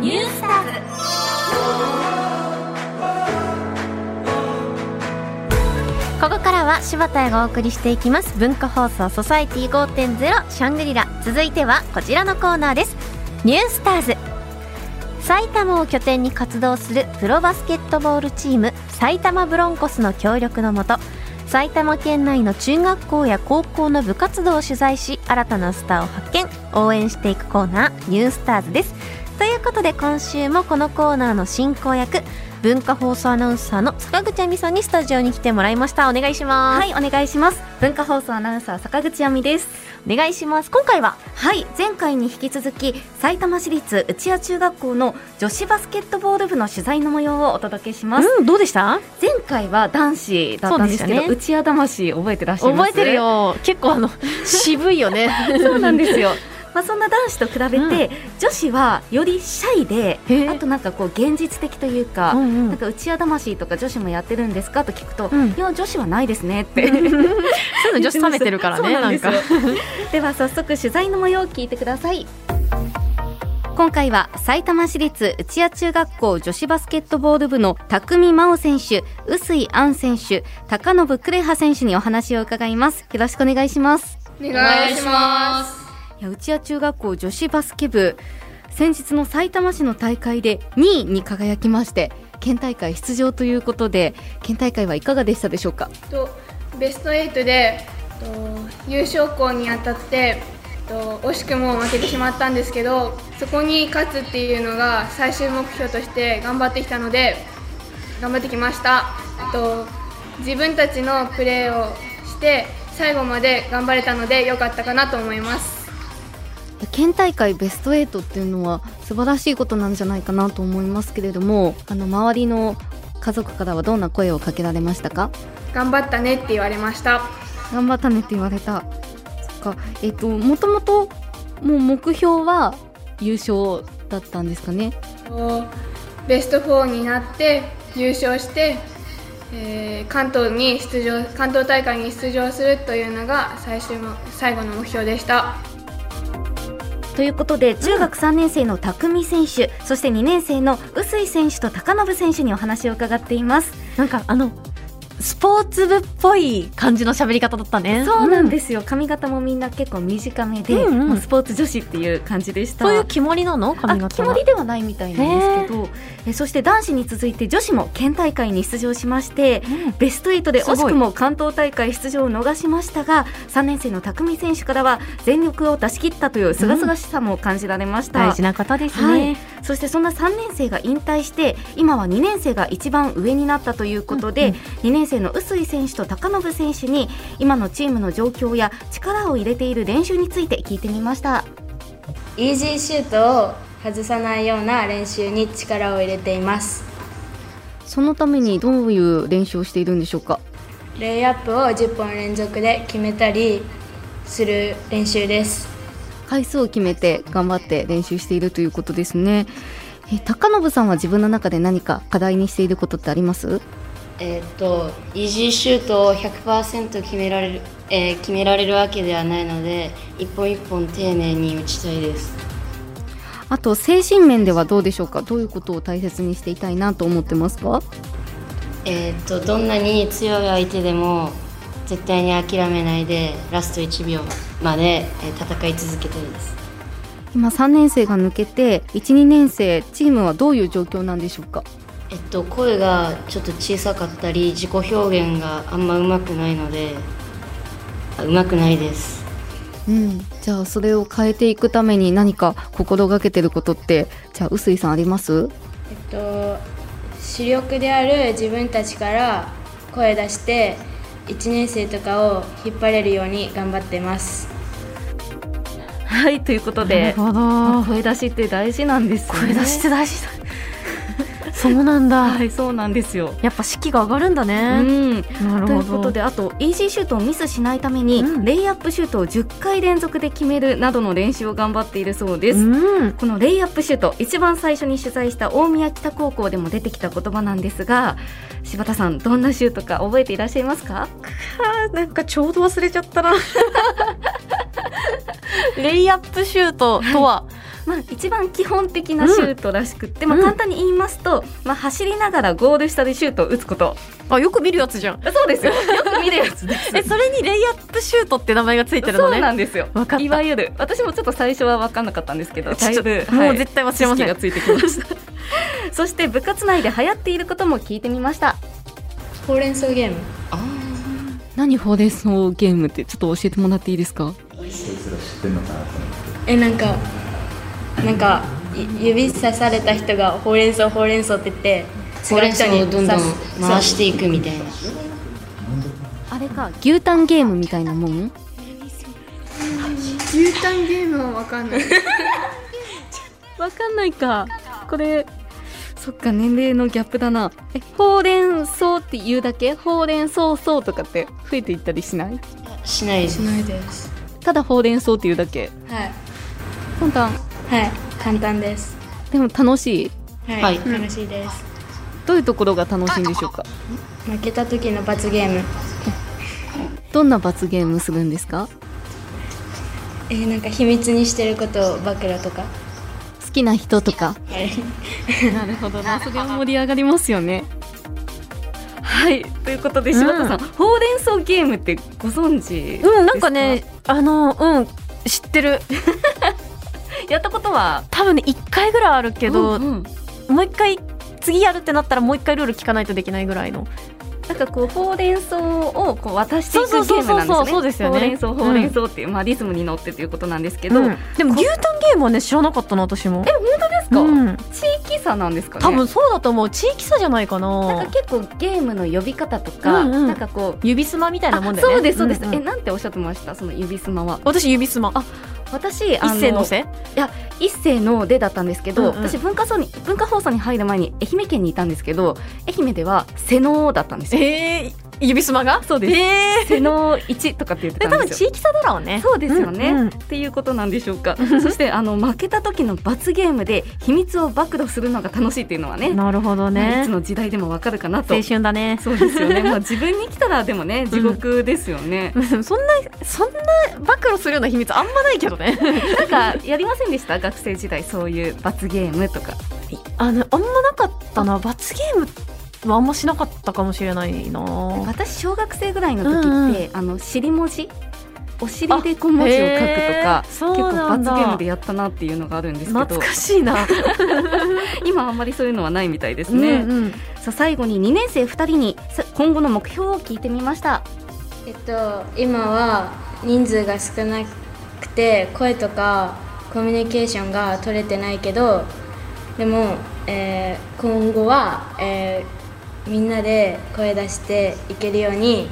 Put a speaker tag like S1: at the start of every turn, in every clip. S1: ニュースタブここからは柴田がお送りしていきます文化放送ソサエティ5.0シャングリラ続いてはこちらのコーナーですニュースターズ埼玉を拠点に活動するプロバスケットボールチーム埼玉ブロンコスの協力のもと埼玉県内の中学校や高校の部活動を取材し新たなスターを発見応援していくコーナー「ニュースターズですということで今週もこのコーナーの進行役文化放送アナウンサーの坂口亜美さんにスタジオに来てもらいましたお願いします
S2: はいお願いします文化放送アナウンサー坂口亜美です
S1: お願いします今回は
S2: はい前回に引き続き埼玉市立内谷中学校の女子バスケットボール部の取材の模様をお届けします、
S1: うんどうでした
S2: 前回は男子だったんで
S1: そ
S2: すけ
S1: う
S2: ど、
S1: でしたね
S2: 内谷魂覚えてらっしゃいま
S1: 覚
S2: す
S1: えて るよ結構あ の渋いよね
S2: そうなんですよ まあそんな男子と比べて、
S1: うん
S2: 女子はよりシャイで
S1: へえ
S2: あとなんかこう現実的というか、
S1: ん
S2: なんか内谷魂とか女子もやってるんですかと聞くと、
S1: うん
S2: いや女子はないですねって
S1: そういうの女子冷めてるからね
S2: そう
S1: なん
S2: です
S1: か
S2: よ では早速取材の模様を聞いてください今回は埼玉市立内谷中学校女子バスケットボール部の匠真央選手、臼井杏選手、高信クレハ選手にお話を伺います。よろしくお願いします。
S3: お願いします。
S2: いや内谷中学校女子バスケ部、先日の埼玉市の大会で2位に輝きまして、県大会出場ということで、県大会はいかがでしたでしょうか
S3: とベスト8でと優勝校に当たってと惜しくも負けてしまったんですけど、そこに勝つっていうのが最終目標として頑張ってきたので頑張ってきました。と自分たちのプレーをして最後まで頑張れたので良かったかなと思います。
S2: 県大会ベスト8っていうのは素晴らしいことなんじゃないかなと思いますけれどもあの周りの家族からはどんな声をかけられましたか
S3: 頑張ったねって言われました。
S2: 頑張ったねって言われたそっかえっ、ともともともう目標は優勝だったんですかね
S3: とベスト4になって優勝して、えー関東に出場関東大会に出場するというのが最終も最後の目標でした
S2: ということで中学3年生の匠選手、そして2年生の臼井選手と高信選手にお話を伺っています
S1: なんかあのスポーツ部っぽい感じの喋り方だったね
S2: そうなん
S1: す、
S2: ですよ、髪型もみんな結構短めで、
S1: うんうん
S2: もうスポーツ女子っていう感じでした
S1: そういう決まりなの
S2: あ
S1: 髪
S2: 決
S1: 型
S2: ま
S1: は
S2: りではないみたいなんですけどえそして男子に続いて女子も県大会に出場しましてベスト8です
S1: ごい
S2: 惜しくも関東大会出場を逃しましたが3年生の匠選手からは全力を出し切ったという清々しさも感じられました、
S1: 大事な方ですね、
S2: はい、そしてそんな3年生が引退して今は2年生が一番上になったということで、
S1: うん
S2: 2年生の臼井選手と高信選手に今のチームの状況や力を入れている練習について聞いてみました。
S4: イージーシュートを外さないような練習に力を入れています
S2: そのためにどういう練習をしているんでしょうか
S4: レイアップを10本連続で決めたりする練習です
S2: 回数を決めて頑張って練習しているということですねえ高信さんは自分の中で何か課題にしていることってあります
S4: えーっとイージーシュートを100%決められる、えー決められるわけではないので一本一本丁寧に打ちたいです
S2: あと精神面ではどうでしょうかどういうことを大切にしていたいなと思ってますか
S4: えーっとどんなに強い相手でも絶対に諦めないでラスト1秒まで、えー戦い続けたいです
S2: 今3年生が抜けて12年生チームはどういう状況なんでしょうか
S4: えっと、声がちょっと小さかったり自己表現があんま上手くないのであ上手くないです
S2: うん、じゃあそれを変えていくために何か心がけてることってじゃあ臼井さんあります
S4: えっと主力である自分たちから声出して1年生とかを引っ張れるように頑張ってます
S2: はいということ
S1: なるほ
S2: まあ
S1: ど
S2: 声出しって大事なんですよね
S1: 声出しって大事だそうなんだ、
S2: はいそうなんですよ
S1: やっぱ士気が上がるんだ
S2: う
S1: ね、
S2: ん、
S1: なる
S2: と
S1: ほ
S2: い
S1: ど
S2: うことであとイージーシュートをミスしないために、
S1: うん
S2: レイアップシュートを10回連続で決めるなどの練習を頑張っているそうです、
S1: うん
S2: このレイアップシュート一番最初に取材した大宮北高校でも出てきた言葉なんですが柴田さんどんなシュートか覚えていらっしゃいますか
S1: なんかちょうど忘れちゃったな レイアップシュートとは、
S2: まあ、一番基本的なシュートらしくって、まあ、簡単に言いますと、まあ、走りながらゴール下でシュートを打つこと
S1: あよく見るやつじゃん
S2: そうですよよく見るやつです
S1: えそれにレイアップシュートって名前がついてる
S2: そ
S1: の
S2: う
S1: ね
S2: なんですよ
S1: わかった
S2: いわゆる私もちょっと最初は分かんなかったんですけどだ
S1: ちょっ
S2: い
S1: と
S2: ぶ
S1: も
S2: は
S1: う
S2: い
S1: 絶対忘れま
S2: 知
S1: せ
S2: 識
S1: ん
S2: がついてきました そして部活内で流行っていることも聞いてみました
S4: ほうれん草ゲーム
S5: 何ほうれん草ゲームってちょっと教えてもらっていいですか
S4: えなんかなんかい指さされた人がほうれん草ほうれん草って言って
S6: ほうれん草をどんどん回してていくみたいな
S2: あれか牛タンゲームみたいなもん
S3: 牛タンゲームはわかんない
S2: わかんないかこれそっか年齢のギャップだなえほうれん草って言うだけほうれん草草とかって増えていったりしない
S6: しないです
S4: ないです
S2: ただほうれん草っていうだけ
S4: はい
S2: 簡単
S4: はい簡単です
S2: でも楽しい
S4: はい、
S6: はい
S4: 楽しいです
S2: どういうところが楽しいんでしょうか
S4: 負けた時の罰ゲーム
S2: どんな罰ゲームするんですか
S4: えーなんか秘密にしてることを暴露とか
S2: 好きな人とか
S4: はい
S2: なるほどなそれは盛り上がりますよねはいということで柴田さん、ほうれん草ゲームってご存知
S1: うんなんかねあのうん知ってる
S2: やったことは
S1: 多分ね1回ぐらいあるけど、
S2: うんうん
S1: もう一回次やるってなったらもう一回ルール聞かないとできないぐらいの
S2: なんかこうほうれん草をこう渡していくゲ
S1: そうそう
S2: ームなんです
S1: そ
S2: よ
S1: うそう
S2: ね。
S1: そうですよね
S2: ほうれん草ほうれん草っていう、まあリズムに乗ってということなんですけど、
S1: うんでも牛タンゲームはね知らなかったな私もえ本当です
S2: か
S1: うん、
S2: 地域差なんですかね。
S1: 多分そうだと思う地域差じゃないかな
S2: なんか結構ゲームの呼び方とか、
S1: うんうん
S2: なんかこう。
S1: 指すまみたいなもんだよね
S2: そうですそうです、
S1: んん
S2: えなんておっしゃってましたその指すまは
S1: 私指すまあ
S2: 私
S1: 一斉のせ
S2: 一世の出だったんですけど、
S1: うんうん
S2: 私文化層に文化放送に入る前に愛媛県にいたんですけど愛媛では瀬能だったんですよ
S1: えー、指すまが
S2: そうです
S1: えー
S2: 瀬能1とかって言って
S1: で
S2: たん
S1: 多
S2: です
S1: 分
S2: よ
S1: 地域差だろうね
S2: そうですよね、
S1: うんうん
S2: っていうことなんでしょうかそしてあの負けた時の罰ゲームで秘密を暴露するのが楽しいっていうのはね
S1: なるほど
S2: まあい
S1: ね
S2: つの時代でもわかるかなと
S1: 青春だね
S2: そうですよね、まあ、自分に来たらでもね地獄ですよね、
S1: そんなそんな暴露するような秘密あんまないけどね
S2: なんかやりませんでした学生時代そういう罰ゲームとか
S1: あのあんまなかったな罰ゲームはあんましなかったかもしれないな
S2: 私小学生ぐらいの時って、
S1: うんう
S2: あの尻文字お尻で小
S1: あ
S2: 文字を書くとか
S1: へー
S2: 結
S1: そう
S2: 構
S1: なん
S2: 罰
S1: だ
S2: ゲームでやったなっていうのがあるんですけど
S1: 懐かしい な、
S2: 今あんまりそういうのはないみたいですね、
S1: うんうん
S2: さあ最後に2年生2人にさ今後の目標を聞いてみました
S4: えっと今は人数が少なくて声とかコミュニケーションが取れてないけどでも、えー今後は、えーみんなで声出していけるように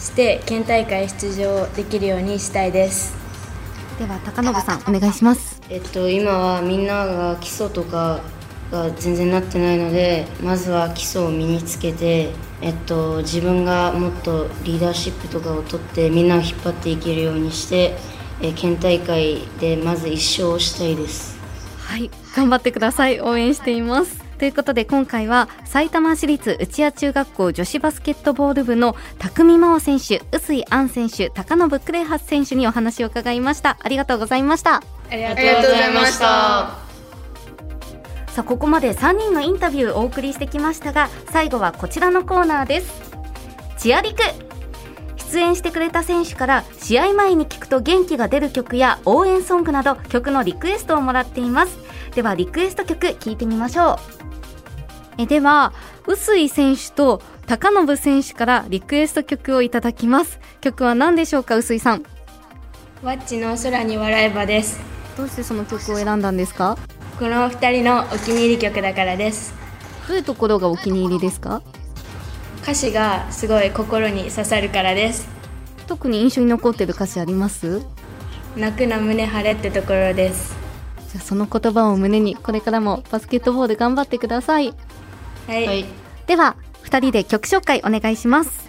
S4: して県大会出場できるようにしたいです
S2: では高信さんお願いします
S6: えっと今はみんなが基礎とかが全然なってないのでまずは基礎を身につけてえっと自分がもっとリーダーシップとかを取ってみんなを引っ張っていけるようにして、えー県大会でまず1勝をしたいです
S2: はい頑張ってください応援していますということで今回は埼玉市立内谷中学校女子バスケットボール部の匠真央選手臼井杏選手高信クレハス選手にお話を伺いましたありがとうございました
S4: あり
S3: ありがとうございました。
S2: さあここまで3人のインタビューをお送りしてきましたが最後はこちらのコーナーですチアリク出演してくれた選手から試合前に聞くと元気が出る曲や応援ソングなど曲のリクエストをもらっていますではリクエスト曲聞いてみましょうえでは臼井選手と高信選手からリクエスト曲をいただきます曲は何でしょうか臼井さん
S4: ワッチの空に笑えばです
S2: どうしてその曲を選んだんですか
S4: この2人のお気に入り曲だからです
S2: どういうところがお気に入りですか
S4: 歌詞がすごい心に刺さるからです
S2: 特に印象に残ってる歌詞あります
S4: 泣くな胸晴れってところです
S2: じゃあその言葉を胸にこれからもバスケットボール頑張ってください
S4: はい、
S6: はい
S2: では2人で曲紹介お願いします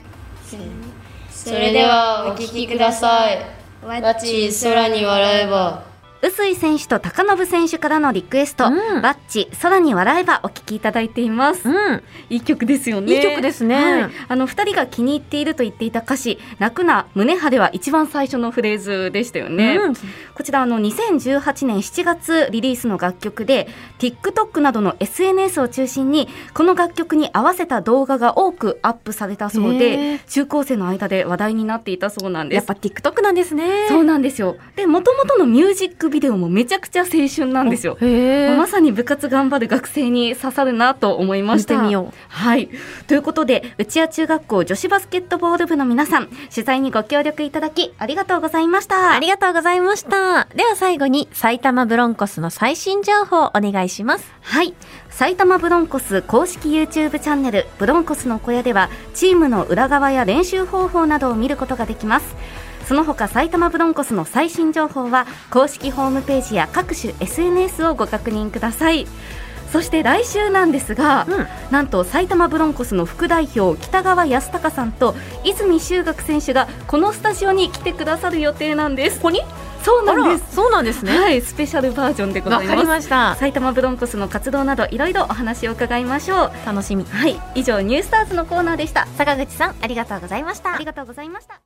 S4: そ
S6: それではお聴きください
S4: わ
S6: 「わち空に笑えば」
S2: 臼井選手と高信選手からのリクエスト、
S1: うん
S2: バッチ空に笑えばお聞きいただいています、
S1: うん、
S2: いい曲ですよね
S1: いい曲ですね
S2: はいあの二人が気に入っていると言っていた歌詞泣くな胸派では一番最初のフレーズでしたよね、
S1: うん
S2: こちらあの2018年7月リリースの楽曲で TikTok などの SNS を中心にこの楽曲に合わせた動画が多くアップされたそう
S1: へ
S2: で
S1: ー
S2: 中高生の間で話題になっていたそうなんです
S1: やっぱ TikTok なんですね。
S2: そうなんですよで元々のミュージックビデオもめちゃくちゃ青春なんですよ
S1: へえ。
S2: まさに部活頑張る学生に刺さるなと思いました
S1: 見てみよう
S2: はいということで内谷中学校女子バスケットボール部の皆さん取材にご協力いただきありがとうございました
S1: ありがとうございました。では最後に埼玉ブロンコスの最新情報をお願いします。
S2: はい埼玉ブロンコス公式 YouTube チャンネル「ブロンコスの小屋」ではチームの裏側や練習方法などを見ることができますその他埼玉ブロンコスの最新情報は公式ホームページや各種 SNS をご確認くださいそして来週なんですが、
S1: うん
S2: なんと埼玉ブロンコスの副代表北川康隆さんと泉修学選手がこのスタジオに来てくださる予定なんですここにそうなんです、
S1: そうなんですね。
S2: はいスペシャルバージョンでござ
S1: わ
S2: い
S1: か
S2: ま
S1: り
S2: す
S1: ました。
S2: 埼玉ブロンコスの活動などいろいろお話を伺いましょう
S1: 楽しみ。
S2: はい以上ニュースターズのコーナーでした
S1: 坂口さん、ありがとうございました
S2: あり。がとうございました